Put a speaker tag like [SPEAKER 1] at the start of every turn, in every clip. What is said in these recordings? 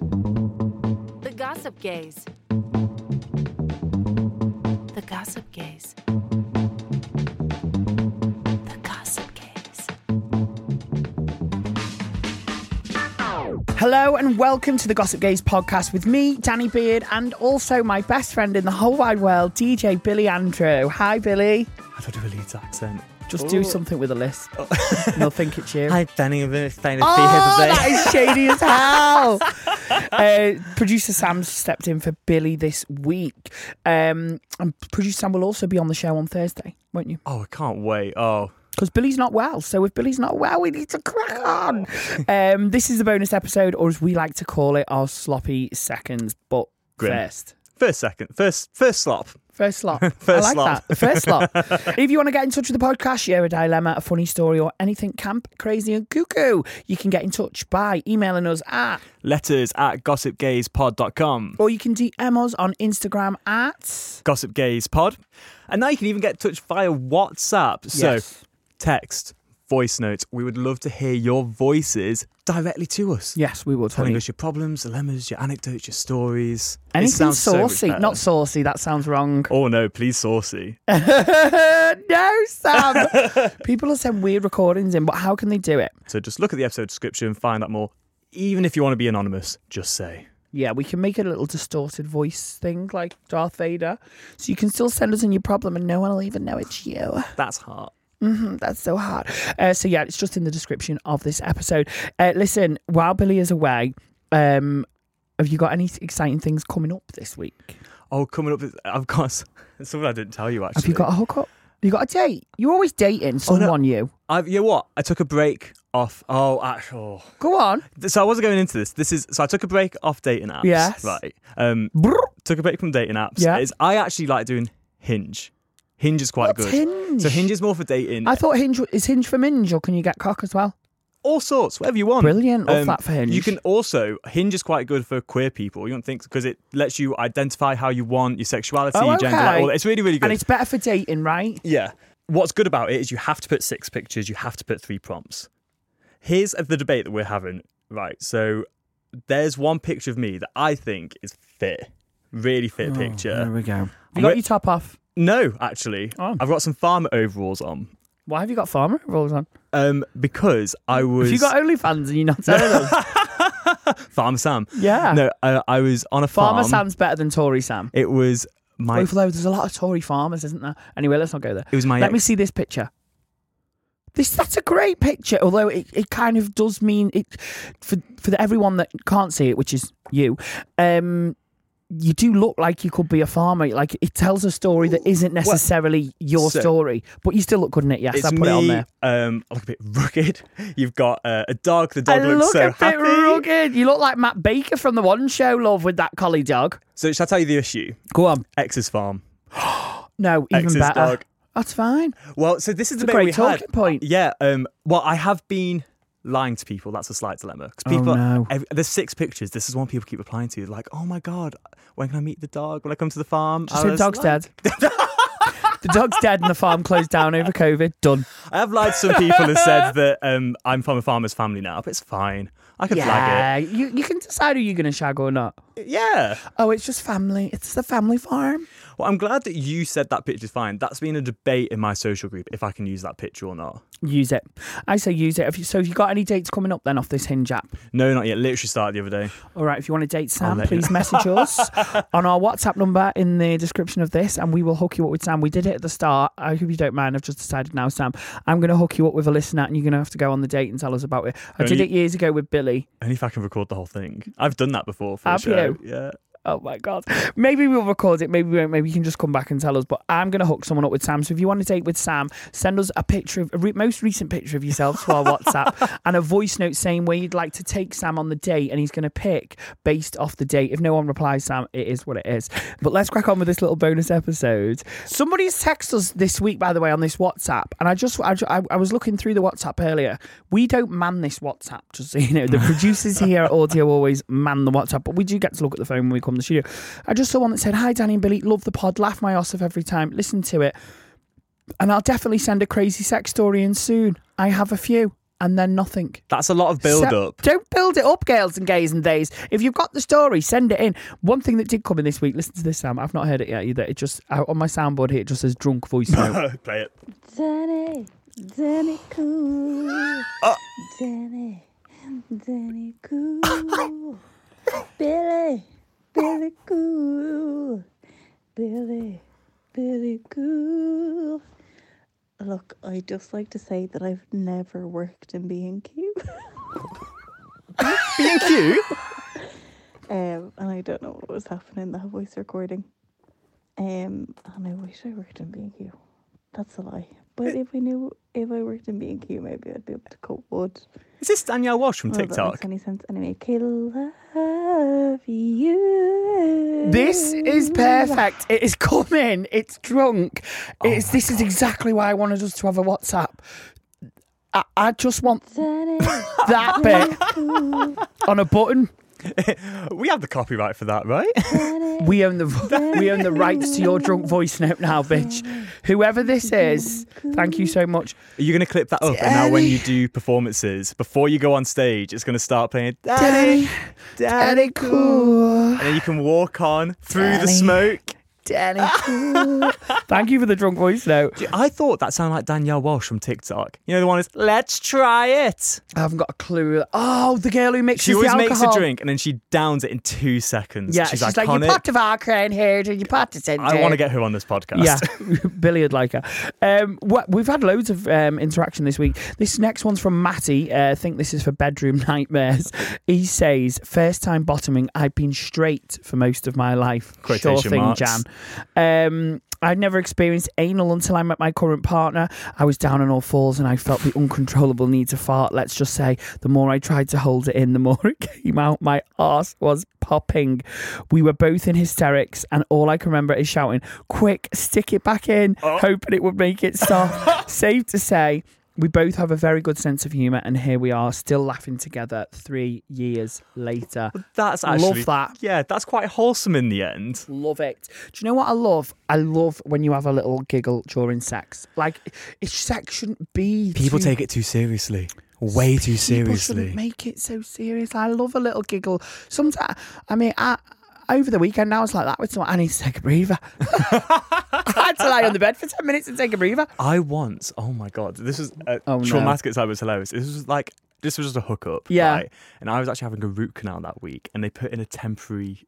[SPEAKER 1] The Gossip Gaze. The Gossip Gaze. The Gossip Gaze.
[SPEAKER 2] Hello and welcome to the Gossip Gaze podcast with me, Danny Beard, and also my best friend in the whole wide world, DJ Billy Andrew. Hi, Billy.
[SPEAKER 3] I don't do a Leeds accent.
[SPEAKER 2] Just do something with a list, and they'll think it's you.
[SPEAKER 3] Oh. Hi, Danny. I'm excited to be
[SPEAKER 2] Oh,
[SPEAKER 3] here
[SPEAKER 2] that
[SPEAKER 3] today.
[SPEAKER 2] is shady as hell. uh, producer Sam stepped in for Billy this week, um, and producer Sam will also be on the show on Thursday, won't you?
[SPEAKER 3] Oh, I can't wait. Oh,
[SPEAKER 2] Because Billy's not well. So if Billy's not well, we need to crack on. um, this is the bonus episode, or as we like to call it, our sloppy seconds. But
[SPEAKER 3] Grim.
[SPEAKER 2] first.
[SPEAKER 3] first second, first first slop.
[SPEAKER 2] First slot.
[SPEAKER 3] First
[SPEAKER 2] I like
[SPEAKER 3] slot.
[SPEAKER 2] that. First slot. if you want to get in touch with the podcast, share a dilemma, a funny story, or anything camp, crazy, and cuckoo, you can get in touch by emailing us at,
[SPEAKER 3] Letters at gossipgazepod.com.
[SPEAKER 2] or you can DM us on Instagram at.
[SPEAKER 3] Gossip Gaze Pod. And now you can even get in touch via WhatsApp. So
[SPEAKER 2] Yes.
[SPEAKER 3] text, voice notes. We would love to hear your voices directly to us.
[SPEAKER 2] Yes, we would.
[SPEAKER 3] Telling
[SPEAKER 2] honey.
[SPEAKER 3] us your problems, dilemmas, your anecdotes, your stories. It
[SPEAKER 2] Anything
[SPEAKER 3] sounds so much
[SPEAKER 2] saucy?
[SPEAKER 3] better.
[SPEAKER 2] Not saucy. That sounds wrong.
[SPEAKER 3] Oh no, please saucy. Oh.
[SPEAKER 2] no, Sam. People are sending weird recordings in, but how can they do it?
[SPEAKER 3] so just look at the episode description and find out more. Even if you want to be anonymous, just say.
[SPEAKER 2] Yeah, we can make it a little distorted voice thing like Darth Vader. So you can still send us in your problem and no one will even know it's you.
[SPEAKER 3] That's heart.
[SPEAKER 2] Mm, That's so hard. Uh, so yeah, it's just in the description of this episode. Uh, listen, while Billy is away, um, have you got any exciting things coming up this week?
[SPEAKER 3] Oh, coming up, I've got s- something I didn't tell you actually.
[SPEAKER 2] Have you got a hookup? Have you got a date? You're always
[SPEAKER 3] Oh,
[SPEAKER 2] dating someone. You
[SPEAKER 3] I've, you know what? I took a break off. Oh, act- oh.
[SPEAKER 2] go on.
[SPEAKER 3] So I wasn't going into this. This is so I took a break off dating apps.
[SPEAKER 2] Yes.
[SPEAKER 3] Right. Um,
[SPEAKER 2] Brr.
[SPEAKER 3] took a break from dating apps.
[SPEAKER 2] Yeah.
[SPEAKER 3] It's- I actually like doing Hinge. Hinge is quite
[SPEAKER 2] What's
[SPEAKER 3] good.
[SPEAKER 2] Hinge?
[SPEAKER 3] So Hinge is more for dating.
[SPEAKER 2] I thought Hinge is Hinge for Minge, or can you get cock as well?
[SPEAKER 3] all sorts, whatever you want. Um,
[SPEAKER 2] Brilliant. Love that for
[SPEAKER 3] You
[SPEAKER 2] Hinge.
[SPEAKER 3] can also Hinge is quite good for queer people. You don't think because it lets you identify how you want your sexuality,
[SPEAKER 2] Oh,
[SPEAKER 3] your gender. like
[SPEAKER 2] okay.
[SPEAKER 3] all that. It's really really good.
[SPEAKER 2] And it's better for dating, right?
[SPEAKER 3] Yeah. What's good about it is you have to put six pictures, you have to put three prompts. Here's the debate that we're having. Right. So there's one picture of me that I think is fit, really fit picture.
[SPEAKER 2] Oh, we go. You
[SPEAKER 3] I'm
[SPEAKER 2] got
[SPEAKER 3] re-
[SPEAKER 2] your top off.
[SPEAKER 3] No, actually,
[SPEAKER 2] Oh.
[SPEAKER 3] I've got some farmer overalls on
[SPEAKER 2] Why have you got farmer rolls on?
[SPEAKER 3] um, because I was
[SPEAKER 2] Have you got OnlyFans and you're not telling us?
[SPEAKER 3] farmer Sam.
[SPEAKER 2] Yeah.
[SPEAKER 3] No, I, I was on a farm.
[SPEAKER 2] Farmer Sam's better than Tory Sam.
[SPEAKER 3] It was my.
[SPEAKER 2] Both of those. There's a lot of Tory farmers, isn't there? Anyway, let's not go there.
[SPEAKER 3] It was my
[SPEAKER 2] Let me
[SPEAKER 3] ex.
[SPEAKER 2] see this picture. This that's a great picture, although it, it kind of does mean it for for the- everyone that can't see it, which is you. Um, you do look like you could be a farmer. Like it tells a story that isn't necessarily your
[SPEAKER 3] so-
[SPEAKER 2] story, but you still look good in it. Yes,
[SPEAKER 3] It's
[SPEAKER 2] I put
[SPEAKER 3] me.
[SPEAKER 2] it on there.
[SPEAKER 3] Um, I look a bit rugged. You've got uh, a dog. The dog
[SPEAKER 2] I
[SPEAKER 3] looks
[SPEAKER 2] look
[SPEAKER 3] so
[SPEAKER 2] a bit
[SPEAKER 3] happy.
[SPEAKER 2] rugged. You look like Matt Baker from the One Show, love, with that collie dog.
[SPEAKER 3] So shall I tell you the issue?
[SPEAKER 2] Go on.
[SPEAKER 3] X's farm.
[SPEAKER 2] No, even
[SPEAKER 3] Ex's
[SPEAKER 2] better.
[SPEAKER 3] dog.
[SPEAKER 2] That's fine.
[SPEAKER 3] Well, so this is
[SPEAKER 2] a
[SPEAKER 3] the bit
[SPEAKER 2] great
[SPEAKER 3] we had.
[SPEAKER 2] talking point.
[SPEAKER 3] Yeah. Um. Well, I have been lying to people. That's a slight dilemma because people.
[SPEAKER 2] Oh, no.
[SPEAKER 3] ev- there's six pictures. This is one people keep replying to. Like, oh my god, when can I meet the dog? When I come to the farm?
[SPEAKER 2] Just
[SPEAKER 3] I
[SPEAKER 2] say
[SPEAKER 3] was
[SPEAKER 2] dog's
[SPEAKER 3] like-
[SPEAKER 2] dead. The dog's dead and the farm closed down over COVID. Done.
[SPEAKER 3] I have lied to some people and said that um, I'm from a farmer's family now, but it's fine. I can flag
[SPEAKER 2] you, you can decide who you're going to shag or not.
[SPEAKER 3] it. Yeah.
[SPEAKER 2] Oh, it's just family. It's the family farm.
[SPEAKER 3] Well, I'm glad that you said that picture's fine. That's been a debate in my social group if I can use that picture or not.
[SPEAKER 2] Use it. I say use it. If you, so if you got any dates coming up then off this Hinge app,
[SPEAKER 3] No, not yet. Literally started the other day.
[SPEAKER 2] all right, if you want to date Sam,
[SPEAKER 3] let you
[SPEAKER 2] please message us on our WhatsApp number in the description of this and we will hook you up with Sam. We did it at the start. I hope you don't mind. I've just decided now, Sam. I'm going to hook you up with a listener and you're going to have to go on the date and tell us about it. I did
[SPEAKER 3] Only-
[SPEAKER 2] it years ago with Billy.
[SPEAKER 3] Only if I can record the whole thing. I've done that before for
[SPEAKER 2] Have
[SPEAKER 3] a show.
[SPEAKER 2] you?
[SPEAKER 3] Yeah.
[SPEAKER 2] Oh my god. Maybe we'll record it. Maybe we won't. Maybe you can just come back and tell us. But I'm gonna hook someone up with Sam. So if you want to date with Sam, send us a picture of a re- most recent picture of yourself to our WhatsApp and a voice note saying where you'd like to take Sam on the date, and he's gonna pick based off the date. If no one replies, Sam, it is what it is. But let's crack on with this little bonus episode. Somebody's texted us this week, by the way, on this WhatsApp, and I just I, ju- I, I was looking through the WhatsApp earlier. We don't man this WhatsApp, just so you know. The producers here at Audio always man the WhatsApp, but we do get to look at the phone when we come to the studio. I just saw one that said, "Hi, Danny and Billy, love the pod, laugh my ass off every time, listen to it, and I'll definitely send a crazy sex story in soon. I have a few." And then nothing.
[SPEAKER 3] That's a lot of build
[SPEAKER 2] Se-
[SPEAKER 3] up.
[SPEAKER 2] Don't build it up, girls and gays and theys. If you've got the story, send it in. One thing that did come in this week, listen to this, Sam. I've not heard it yet either. It just, out on my soundboard here, it just says drunk voice note.
[SPEAKER 3] Play it.
[SPEAKER 4] Danny, Danny cool. Danny, Danny cool. Billy, Billy cool. Billy, Billy cool. Look, I just like to say that I've never worked in being cute.
[SPEAKER 3] Being cute.
[SPEAKER 4] Um, and I don't know what was happening in that voice recording. Um, and I wish I worked in B&Q. That's a lie. But if I knew, if I worked in B&Q, maybe I'd be able to cut wood.
[SPEAKER 3] Is this Danielle Walsh from
[SPEAKER 2] Oh,
[SPEAKER 4] None of that
[SPEAKER 3] TikTok?
[SPEAKER 4] makes any sense anyway? Okay, love you.
[SPEAKER 2] This is perfect. It is coming. It's drunk.
[SPEAKER 3] Oh
[SPEAKER 2] It's, this is exactly why I wanted us to have a WhatsApp. I, I just want
[SPEAKER 4] Danny,
[SPEAKER 2] that bit on a button.
[SPEAKER 3] We have the copyright for that, right?
[SPEAKER 2] We own the we own the rights to your drunk voice note now, bitch. Whoever this is, thank you so much.
[SPEAKER 3] Are you going to clip that up? And now, when you do performances, before you go on stage, it's going to start playing Daddy, Daddy,
[SPEAKER 2] cool.
[SPEAKER 3] and then you can walk on through the smoke.
[SPEAKER 2] Danny cool. Thank you for the drunk voice note.
[SPEAKER 3] I thought that sounded like Danielle Walsh from TikTok. You know the one is Let's try it.
[SPEAKER 2] I haven't got a clue. Oh, the girl who mixes
[SPEAKER 3] She always
[SPEAKER 2] the
[SPEAKER 3] makes a
[SPEAKER 2] alcohol.
[SPEAKER 3] drink and then she downs it in two seconds.
[SPEAKER 2] Yeah,
[SPEAKER 3] she's,
[SPEAKER 2] she's,
[SPEAKER 3] iconic.
[SPEAKER 2] like, you put the vodka in here, and you put this in
[SPEAKER 3] I
[SPEAKER 2] there."
[SPEAKER 3] want to get her on this podcast.
[SPEAKER 2] Yeah, Billy would like her. Um, what, we've had loads of um, interaction this week. This next one's from Matty. Uh, I think this is for bedroom nightmares. He says, first time bottoming, I've been straight for most of my life. sure
[SPEAKER 3] Quotation
[SPEAKER 2] thing,
[SPEAKER 3] marks.
[SPEAKER 2] Jan. Um, I'd never experienced anal until I met my current partner. I was down on all fours and I felt the uncontrollable need to fart. Let's just say, the more I tried to hold it in, the more it came out. My ass was popping. We were both in hysterics, and all I can remember is shouting, Quick, stick it back in,
[SPEAKER 3] Oh.
[SPEAKER 2] hoping it would make it stop. Safe to say, we both have a very good sense of humour, and here we are, still laughing together three years later.
[SPEAKER 3] That's
[SPEAKER 2] Love
[SPEAKER 3] actually
[SPEAKER 2] that.
[SPEAKER 3] Yeah, that's quite wholesome in the end.
[SPEAKER 2] Love it. Do you know what I love? I love when you have a little giggle during sex. Like, it, sex shouldn't be.
[SPEAKER 3] People
[SPEAKER 2] too-
[SPEAKER 3] take it too seriously. Way too
[SPEAKER 2] People
[SPEAKER 3] seriously.
[SPEAKER 2] shouldn't make it so serious. I love a little giggle. Sometimes, I mean, I, over the weekend now it's like that with someone. I need to take a breather. I had to lie on the bed for ten minutes and take a breather.
[SPEAKER 3] I once, oh my god, this was uh,
[SPEAKER 2] Oh, no.
[SPEAKER 3] traumatic. It's like it was hilarious. This was like this was just a hookup,
[SPEAKER 2] Yeah.
[SPEAKER 3] right? And I was actually having a root canal that week, and they put in a temporary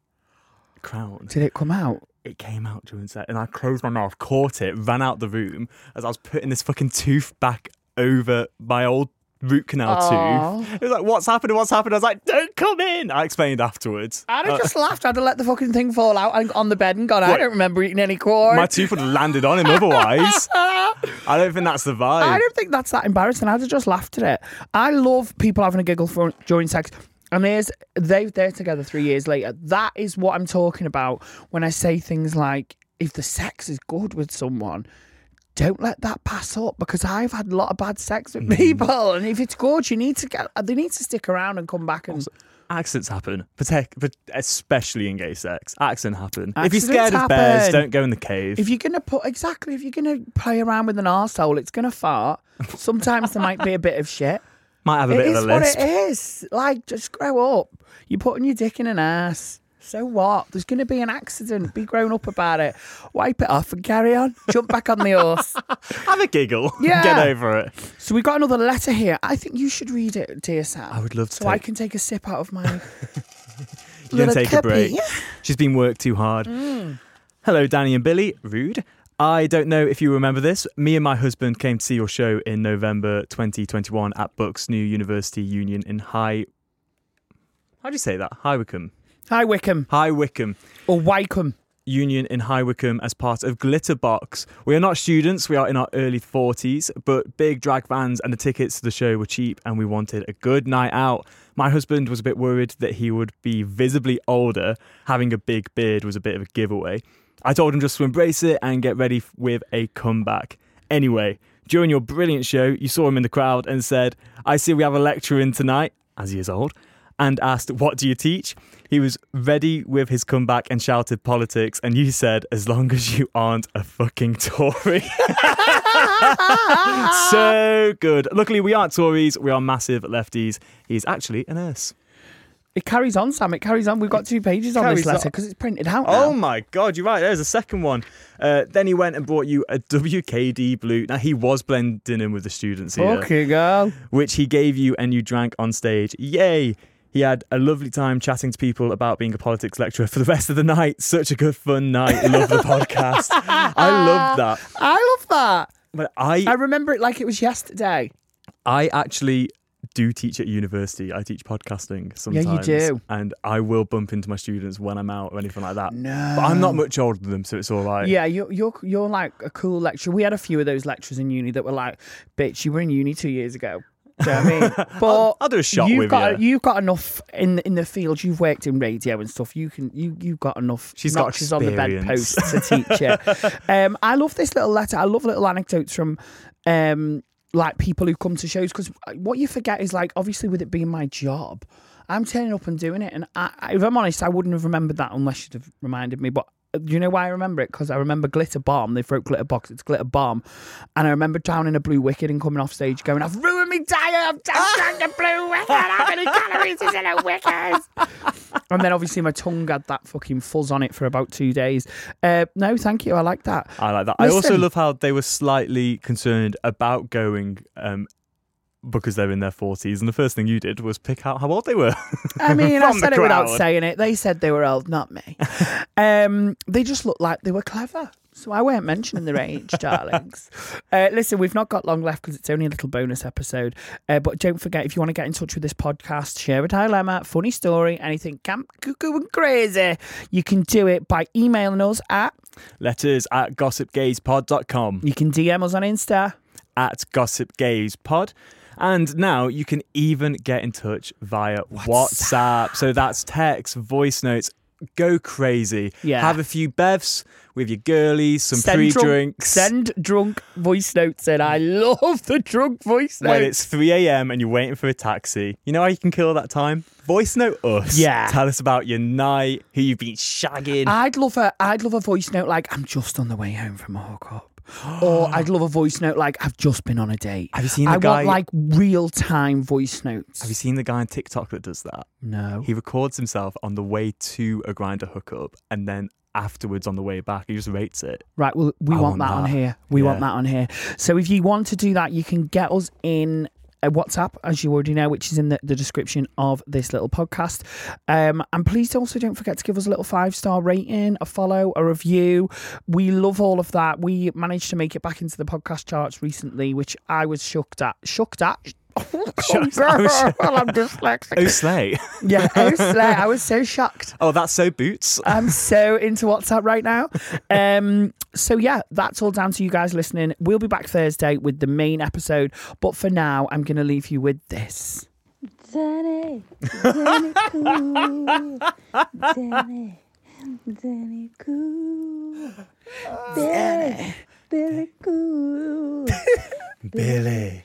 [SPEAKER 3] crown.
[SPEAKER 2] Did it come out?
[SPEAKER 3] It came out during set, and I closed my mouth, caught it, ran out the room as I was putting this fucking tooth back over my old root canal
[SPEAKER 2] Aw.
[SPEAKER 3] tooth. It was like, what's happening? What's happening? I was like, don't come in. I explained afterwards.
[SPEAKER 2] I'd have
[SPEAKER 3] Uh,
[SPEAKER 2] just laughed. I'd have let the fucking thing fall out and on the bed and gone. I
[SPEAKER 3] What?
[SPEAKER 2] don't remember eating any corn.
[SPEAKER 3] my tooth would have landed on him otherwise. I don't think that's the vibe.
[SPEAKER 2] I don't think that's that embarrassing. I'd have just laughed at it. I love people having a giggle for, during sex. And there's they they're together three years later. That is what I'm talking about when I say things like, if the sex is good with someone, don't let that pass up because I've had a lot of bad sex with people, and if it's good, you need to get. They need to stick around and come back and.
[SPEAKER 3] Accidents happen, partic- but especially in gay sex. Accidents happen. if you're
[SPEAKER 2] Accidents
[SPEAKER 3] scared of bears,
[SPEAKER 2] happen.
[SPEAKER 3] don't go in the cave.
[SPEAKER 2] If you're gonna put exactly, if you're gonna play around with an arsehole, it's gonna fart. Sometimes there might be a bit of shit.
[SPEAKER 3] Might have a
[SPEAKER 2] It
[SPEAKER 3] bit
[SPEAKER 2] is
[SPEAKER 3] of a
[SPEAKER 2] what it
[SPEAKER 3] lisp.
[SPEAKER 2] is. Like, just grow up. You're putting your dick in an ass. So what? There's going to be an accident. Be grown up about it. Wipe it off and carry on. Jump back on the horse.
[SPEAKER 3] Have a giggle.
[SPEAKER 2] Yeah.
[SPEAKER 3] Get over it.
[SPEAKER 2] So we've got another letter here. I think you should read it, dear Sam.
[SPEAKER 3] I would love to
[SPEAKER 2] So I
[SPEAKER 3] take-
[SPEAKER 2] can take a sip out of my.
[SPEAKER 3] You're going
[SPEAKER 2] Little
[SPEAKER 3] to take a break.
[SPEAKER 2] cuppy.
[SPEAKER 3] She's been worked too hard.
[SPEAKER 2] Mm.
[SPEAKER 3] Hello, Danny and Billy. Rude. I don't know if you remember this. Me and my husband came to see your show in November 2021 at Bucks New University Union in High. How do you say that? High Wycombe.
[SPEAKER 2] Hi, Wickham.
[SPEAKER 3] High Wycombe.
[SPEAKER 2] Or Wycombe.
[SPEAKER 3] Union in High Wycombe as part of Glitterbox. We are not students, we are in our early 40s, but big drag vans and the tickets to the show were cheap and we wanted a good night out. My husband was a bit worried that he would be visibly older, having a big beard was a bit of a giveaway. I told him just to embrace it and get ready f- with a comeback. Anyway, during your brilliant show, you saw him in the crowd and said, I see we have a lecture in tonight, as he is old, and asked, What do you teach? He was ready with his comeback and shouted politics, and you said, As long as you aren't a fucking Tory. so good. Luckily, we aren't Tories, we are massive lefties. He's actually a nurse.
[SPEAKER 2] It carries on, Sam. It carries on. We've got two pages on
[SPEAKER 3] Carries
[SPEAKER 2] this
[SPEAKER 3] on.
[SPEAKER 2] letter because it's printed out.
[SPEAKER 3] Oh
[SPEAKER 2] now.
[SPEAKER 3] my God, you're right. There's a second one. Uh, then he went and brought you a WKD blue. Now, he was blending in with the students here.
[SPEAKER 2] Okay, girl.
[SPEAKER 3] which he gave you and you drank on stage. Yay! He had a lovely time chatting to people about being a politics lecturer for the rest of the night. Such a good fun night. Love the podcast. I love that.
[SPEAKER 2] I love that.
[SPEAKER 3] But I
[SPEAKER 2] I remember it like it was yesterday.
[SPEAKER 3] I actually do teach at university. I teach podcasting
[SPEAKER 2] you
[SPEAKER 3] sometimes.
[SPEAKER 2] do.
[SPEAKER 3] And I will bump into my students when I'm out or anything like that. No. But I'm not much older than them, so it's all right.
[SPEAKER 2] Yeah, you're you're you're like a cool lecturer. We had a few of those lecturers in uni that were like, "Bitch, you were in uni two years ago." Do you know what I mean? But
[SPEAKER 3] I'll- I'll do a shot
[SPEAKER 2] you've
[SPEAKER 3] with
[SPEAKER 2] got
[SPEAKER 3] you.
[SPEAKER 2] have got enough in the, in the field. You've worked in radio and stuff. You can you you've got enough.
[SPEAKER 3] She's got
[SPEAKER 2] notches on the
[SPEAKER 3] experience.
[SPEAKER 2] bedpost to teach you. um, I love this little letter. I love little anecdotes from. Um, like people who come to shows because what you forget is like obviously with it being my job i'm turning up and doing it and I, I- if i'm honest i wouldn't have remembered that unless you'd have reminded me but uh, do you know why I remember it? Because I remember Glitter Bomb. They wrote Glitter Box. It's Glitter Bomb. And I remember down in a blue wicket and coming off stage going, I've ruined me diet. I've just drank a blue wicket. How many calories is in a wicket? and then obviously my tongue had that fucking fuzz on it for about two days. Uh, no, thank you. I like that.
[SPEAKER 3] I like that. I also
[SPEAKER 2] Listen.
[SPEAKER 3] love how they were slightly concerned about going um, because they're in their 40s. And the first thing you did was pick out how old they were.
[SPEAKER 2] I mean, I
[SPEAKER 3] From the
[SPEAKER 2] said it without
[SPEAKER 3] crowd.
[SPEAKER 2] saying it. They said they were old, not me. um, they just looked like they were clever. So I weren't mentioning their age, darlings. Uh, listen, we've not got long left because it's only a little bonus episode. Uh, but don't forget, if you want to get in touch with this podcast, share a dilemma, funny story, anything camp cuckoo and crazy, you can do it by emailing us at,
[SPEAKER 3] Letters at gossipgazepod.com,
[SPEAKER 2] you can DM us on Insta.
[SPEAKER 3] at gossipgazepod. And now you can even get in touch via WhatsApp. So that's text, voice notes. Go crazy.
[SPEAKER 2] Yeah.
[SPEAKER 3] Have a few bevs with your girlies, some
[SPEAKER 2] Send
[SPEAKER 3] free
[SPEAKER 2] drunk-
[SPEAKER 3] drinks.
[SPEAKER 2] Send drunk voice notes in. I love the drunk voice notes.
[SPEAKER 3] when it's 3 a.m. and you're waiting for a taxi, you know how you can kill that time? Voice note us.
[SPEAKER 2] Yeah. Ah.
[SPEAKER 3] Tell us about your night, who you've been shagging.
[SPEAKER 2] I'd love a I'd love a voice note like I'm just on the way home from a hookup. or I'd love a voice note like I've just been on a date.
[SPEAKER 3] Have you seen the
[SPEAKER 2] I
[SPEAKER 3] guy-
[SPEAKER 2] want like real time voice notes.
[SPEAKER 3] Have you seen the guy on TikTok that does that?
[SPEAKER 2] no.
[SPEAKER 3] He records himself on the way to a grinder hookup and then afterwards on the way back, he just rates it.
[SPEAKER 2] Right, well we
[SPEAKER 3] I
[SPEAKER 2] want,
[SPEAKER 3] want
[SPEAKER 2] that, on
[SPEAKER 3] that.
[SPEAKER 2] here. We want
[SPEAKER 3] Yeah.
[SPEAKER 2] that on here. So if you want to do that, you can get us in a WhatsApp, as you already know, which is in the, the description of this little podcast. Um, and please also don't forget to give us a little five star rating, a follow, a review. We love all of that. We managed to make it back into the podcast charts recently, which I was shocked at. Shocked at. well, I'm
[SPEAKER 3] Oh,
[SPEAKER 2] dyslexic.
[SPEAKER 3] slay.
[SPEAKER 2] yeah, oh, slay. I was so shocked.
[SPEAKER 3] oh, that's so boots.
[SPEAKER 2] I'm so into WhatsApp right now. Um, so yeah, that's all down to you guys listening. We'll be back Thursday with the main episode, but for now, I'm going to leave you with this.
[SPEAKER 4] Danny, Danny cool, Danny, Danny cool, Danny, Billy Cool.
[SPEAKER 3] Billy.